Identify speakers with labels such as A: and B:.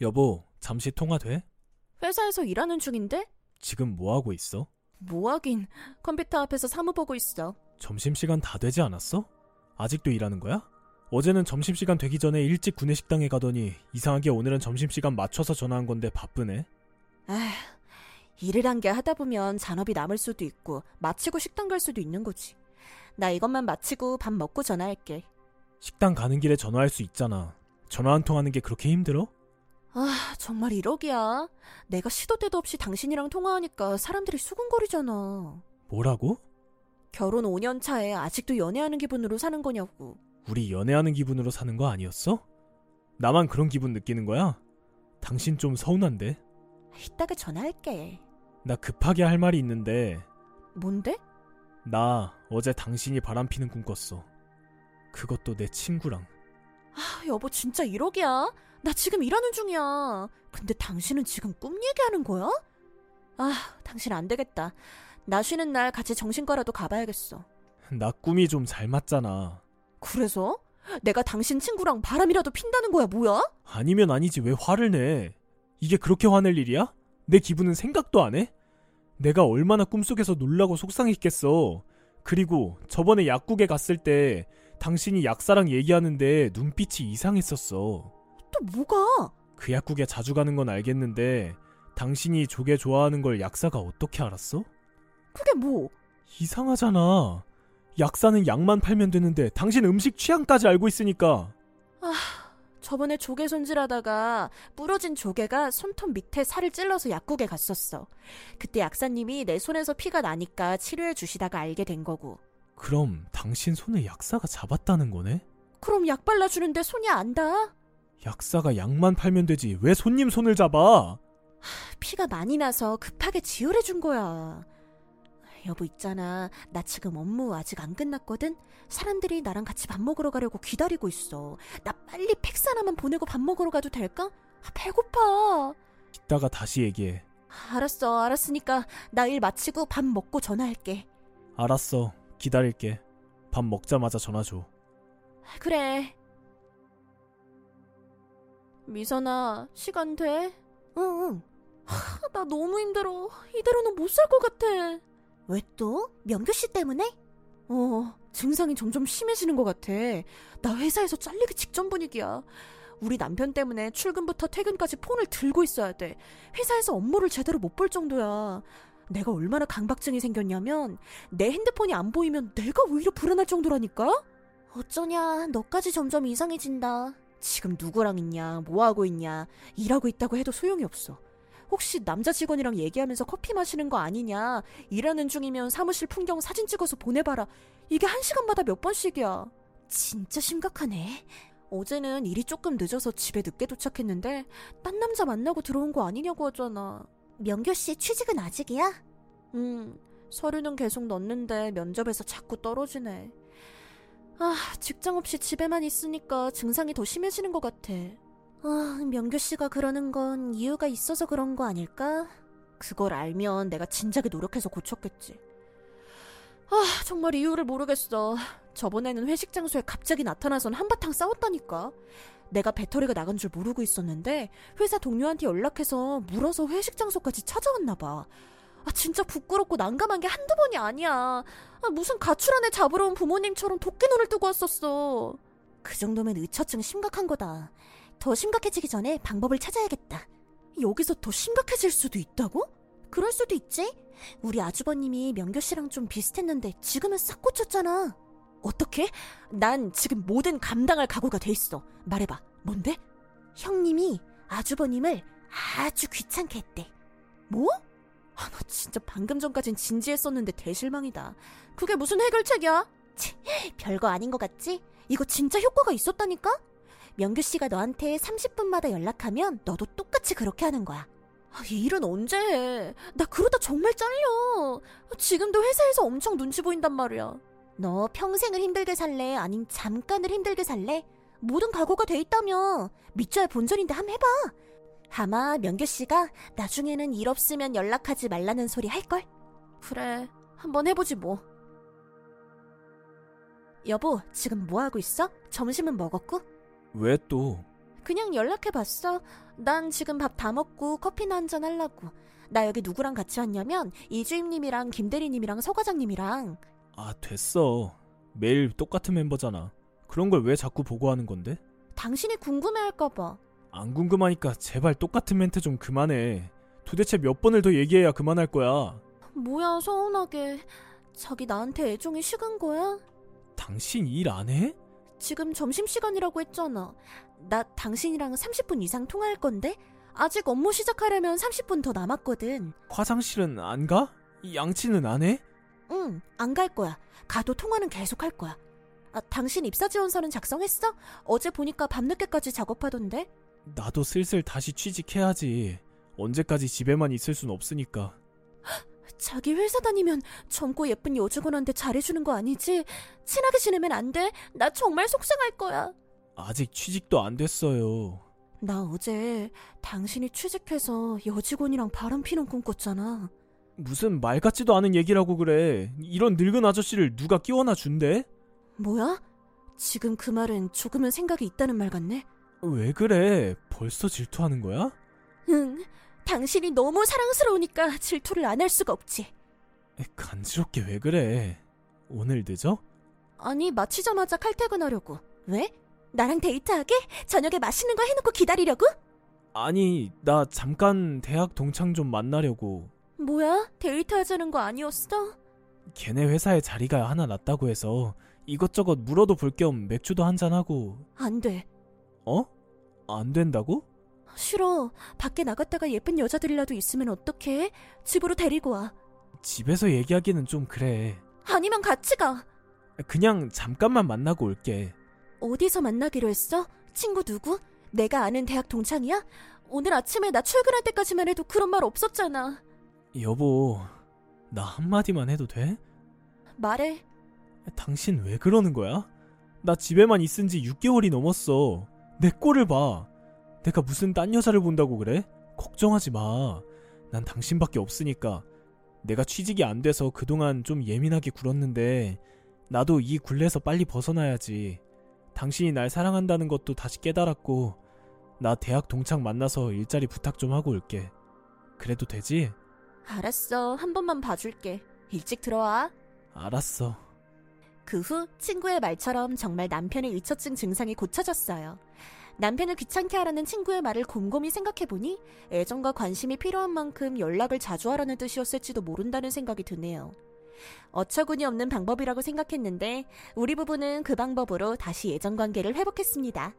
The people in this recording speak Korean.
A: 여보, 잠시 통화 돼?
B: 회사에서 일하는 중인데?
A: 지금 뭐 하고 있어?
B: 뭐하긴 컴퓨터 앞에서 사무 보고 있어.
A: 점심시간 다 되지 않았어? 아직도 일하는 거야? 어제는 점심시간 되기 전에 일찍 구내식당에 가더니 이상하게 오늘은 점심시간 맞춰서 전화한 건데 바쁘네.
B: 일을 한 게 하다 보면 잔업이 남을 수도 있고 마치고 식당 갈 수도 있는 거지. 나 이것만 마치고 밥 먹고 전화할게.
A: 식당 가는 길에 전화할 수 있잖아. 전화 한 통 하는 게 그렇게 힘들어?
B: 아 정말 1억이야. 내가 시도 때도 없이 당신이랑 통화하니까 사람들이 수군거리잖아.
A: 뭐라고?
B: 결혼 5년 차에 아직도 연애하는 기분으로 사는 거냐고.
A: 우리 연애하는 기분으로 사는 거 아니었어? 나만 그런 기분 느끼는 거야? 당신 좀 서운한데?
B: 이따가 전화할게.
A: 나 급하게 할 말이 있는데
B: 뭔데?
A: 나 어제 당신이 바람피는 꿈 꿨어. 그것도 내 친구랑.
B: 아, 여보 진짜 1억이야? 나 지금 일하는 중이야. 근데 당신은 지금 꿈 얘기하는 거야? 아, 당신 안 되겠다. 나 쉬는 날 같이 정신과라도 가봐야겠어.
A: 나 꿈이 좀 잘 맞잖아.
B: 그래서? 내가 당신 친구랑 바람이라도 핀다는 거야, 뭐야?
A: 아니면 아니지 왜 화를 내? 이게 그렇게 화낼 일이야? 내 기분은 생각도 안 해? 내가 얼마나 꿈속에서 놀라고 속상했겠어. 그리고 저번에 약국에 갔을 때 당신이 약사랑 얘기하는데 눈빛이 이상했었어.
B: 또 뭐가?
A: 그 약국에 자주 가는 건 알겠는데 당신이 조개 좋아하는 걸 약사가 어떻게 알았어?
B: 그게 뭐?
A: 이상하잖아. 약사는 약만 팔면 되는데 당신 음식 취향까지 알고 있으니까
B: 저번에 조개 손질하다가 부러진 조개가 손톱 밑에 살을 찔러서 약국에 갔었어. 그때 약사님이 내 손에서 피가 나니까 치료해 주시다가 알게 된 거고.
A: 그럼 당신 손을 약사가 잡았다는 거네?
B: 그럼 약 발라주는데 손이 안 닿아?
A: 약사가 약만 팔면 되지 왜 손님 손을 잡아?
B: 피가 많이 나서 급하게 지혈해 준 거야. 여보 있잖아. 나 지금 업무 아직 안 끝났거든. 사람들이 나랑 같이 밥 먹으러 가려고 기다리고 있어. 나 빨리 팩스 하나만 보내고 밥 먹으러 가도 될까? 아, 배고파.
A: 이따가 다시 얘기해.
B: 알았어. 알았으니까 나 일 마치고 밥 먹고 전화할게.
A: 알았어. 기다릴게. 밥 먹자마자 전화 줘.
B: 그래. 미선아, 시간 돼? 응, 응. 나 너무 힘들어. 이대로는 못 살 것 같아. 왜 또? 명교 씨 때문에? 어, 증상이 점점 심해지는 것 같아. 나 회사에서 잘리기 직전 분위기야. 우리 남편 때문에 출근부터 퇴근까지 폰을 들고 있어야 돼. 회사에서 업무를 제대로 못 볼 정도야. 내가 얼마나 강박증이 생겼냐면 내 핸드폰이 안 보이면 내가 오히려 불안할 정도라니까? 어쩌냐, 너까지 점점 이상해진다. 지금 누구랑 있냐, 뭐하고 있냐, 일하고 있다고 해도 소용이 없어. 혹시 남자 직원이랑 얘기하면서 커피 마시는 거 아니냐, 일하는 중이면 사무실 풍경 사진 찍어서 보내봐라. 이게 한 시간마다 몇 번씩이야. 진짜 심각하네. 어제는 일이 조금 늦어서 집에 늦게 도착했는데, 딴 남자 만나고 들어온 거 아니냐고 하잖아. 명교 씨 취직은 아직이야? 음, 서류는 계속 넣는데 면접에서 자꾸 떨어지네. 아, 직장 없이 집에만 있으니까 증상이 더 심해지는 것 같아. 아, 명규 씨가 그러는 건 이유가 있어서 그런 거 아닐까? 그걸 알면 내가 진작에 노력해서 고쳤겠지. 아, 정말 이유를 모르겠어. 저번에는 회식 장소에 갑자기 나타나선 한바탕 싸웠다니까. 내가 배터리가 나간 줄 모르고 있었는데 회사 동료한테 연락해서 물어서 회식 장소까지 찾아왔나 봐. 아, 진짜 부끄럽고 난감한 게 한두 번이 아니야. 아, 무슨 가출한 애 잡으러 온 부모님처럼 도끼눈을 뜨고 왔었어. 그 정도면 의처증 심각한 거다. 더 심각해지기 전에 방법을 찾아야겠다. 여기서 더 심각해질 수도 있다고? 그럴 수도 있지. 우리 아주버님이 명교 씨랑 좀 비슷했는데 지금은 싹 고쳤잖아. 어떻게? 난 지금 뭐든 감당할 각오가 돼 있어. 말해봐. 뭔데? 형님이 아주버님을 아주 귀찮게 했대. 뭐? 아, 나 진짜 방금 전까진 진지했었는데 대실망이다. 그게 무슨 해결책이야? 별거 아닌 것 같지? 이거 진짜 효과가 있었다니까? 명규 씨가 너한테 30분마다 연락하면 너도 똑같이 그렇게 하는 거야. 아, 이 일은 언제 해? 나 그러다 정말 잘려. 지금도 회사에서 엄청 눈치 보인단 말이야. 너 평생을 힘들게 살래? 아님 잠깐을 힘들게 살래? 모든 각오가 돼 있다며. 믿져야 본전인데 함 해봐. 아마 명규 씨가 나중에는 일 없으면 연락하지 말라는 소리 할걸? 그래, 한번 해보지 뭐. 여보, 지금 뭐 하고 있어? 점심은 먹었고?
A: 왜 또?
B: 그냥 연락해봤어. 난 지금 밥 다 먹고 커피나 한잔 하려고. 나 여기 누구랑 같이 왔냐면 이주임님이랑 김대리님이랑 서과장님이랑.
A: 아, 됐어. 매일 똑같은 멤버잖아. 그런 걸 왜 자꾸 보고하는 건데?
B: 당신이 궁금해할까봐.
A: 안 궁금하니까 제발 똑같은 멘트 좀 그만해. 도대체 몇 번을 더 얘기해야 그만할 거야?
B: 뭐야 서운하게. 자기 나한테 애종이 식은 거야?
A: 당신 일 안 해?
B: 지금 점심시간이라고 했잖아. 나 당신이랑 30분 이상 통화할 건데? 아직 업무 시작하려면 30분 더 남았거든.
A: 화장실은 안 가? 이 양치는 안 해?
B: 응, 안 갈 거야. 가도 통화는 계속 할 거야. 아, 당신 입사 지원서는 작성했어? 어제 보니까 밤늦게까지 작업하던데.
A: 나도 슬슬 다시 취직해야지. 언제까지 집에만 있을 순 없으니까.
B: 자기 회사 다니면 젊고 예쁜 여직원한테 잘해주는 거 아니지? 친하게 지내면 안 돼. 나 정말 속상할 거야.
A: 아직 취직도 안 됐어요.
B: 나 어제 당신이 취직해서 여직원이랑 바람 피는 꿈 꿨잖아.
A: 무슨 말 같지도 않은 얘기라고 그래. 이런 늙은 아저씨를 누가 끼워나 준대?
B: 뭐야? 지금 그 말은 조금은 생각이 있다는 말 같네.
A: 왜 그래? 벌써 질투하는 거야?
B: 응, 당신이 너무 사랑스러우니까 질투를 안 할 수가 없지.
A: 에, 간지럽게 왜 그래? 오늘 늦어?
B: 아니, 마치자마자 칼퇴근하려고. 왜? 나랑 데이트하게? 저녁에 맛있는 거 해놓고 기다리려고?
A: 아니, 나 잠깐 대학 동창 좀 만나려고.
B: 뭐야? 데이트하자는 거 아니었어?
A: 걔네 회사에 자리가 하나 났다고 해서 이것저것 물어도 볼 겸 맥주도 한잔하고.
B: 안 돼.
A: 어? 안 된다고?
B: 싫어. 밖에 나갔다가 예쁜 여자들이라도 있으면 어떡해? 집으로 데리고 와.
A: 집에서 얘기하기는 좀 그래.
B: 아니면 같이 가.
A: 그냥 잠깐만 만나고 올게.
B: 어디서 만나기로 했어? 친구 누구? 내가 아는 대학 동창이야? 오늘 아침에 나 출근할 때까지만 해도 그런 말 없었잖아.
A: 여보, 나 한마디만 해도 돼?
B: 말해.
A: 당신 왜 그러는 거야? 나 집에만 있은 지 6개월이 넘었어. 내 꼴을 봐. 내가 무슨 딴 여자를 본다고 그래? 걱정하지 마. 난 당신밖에 없으니까. 내가 취직이 안 돼서 그동안 좀 예민하게 굴었는데, 나도 이 굴레에서 빨리 벗어나야지. 당신이 날 사랑한다는 것도 다시 깨달았고, 나 대학 동창 만나서 일자리 부탁 좀 하고 올게. 그래도 되지?
B: 알았어. 한 번만 봐줄게. 일찍 들어와.
A: 알았어.
B: 그 후 친구의 말처럼 정말 남편의 위처증 증상이 고쳐졌어요. 남편을 귀찮게 하라는 친구의 말을 곰곰이 생각해보니 애정과 관심이 필요한 만큼 연락을 자주 하라는 뜻이었을지도 모른다는 생각이 드네요. 어처구니 없는 방법이라고 생각했는데 우리 부부는 그 방법으로 다시 애정 관계를 회복했습니다.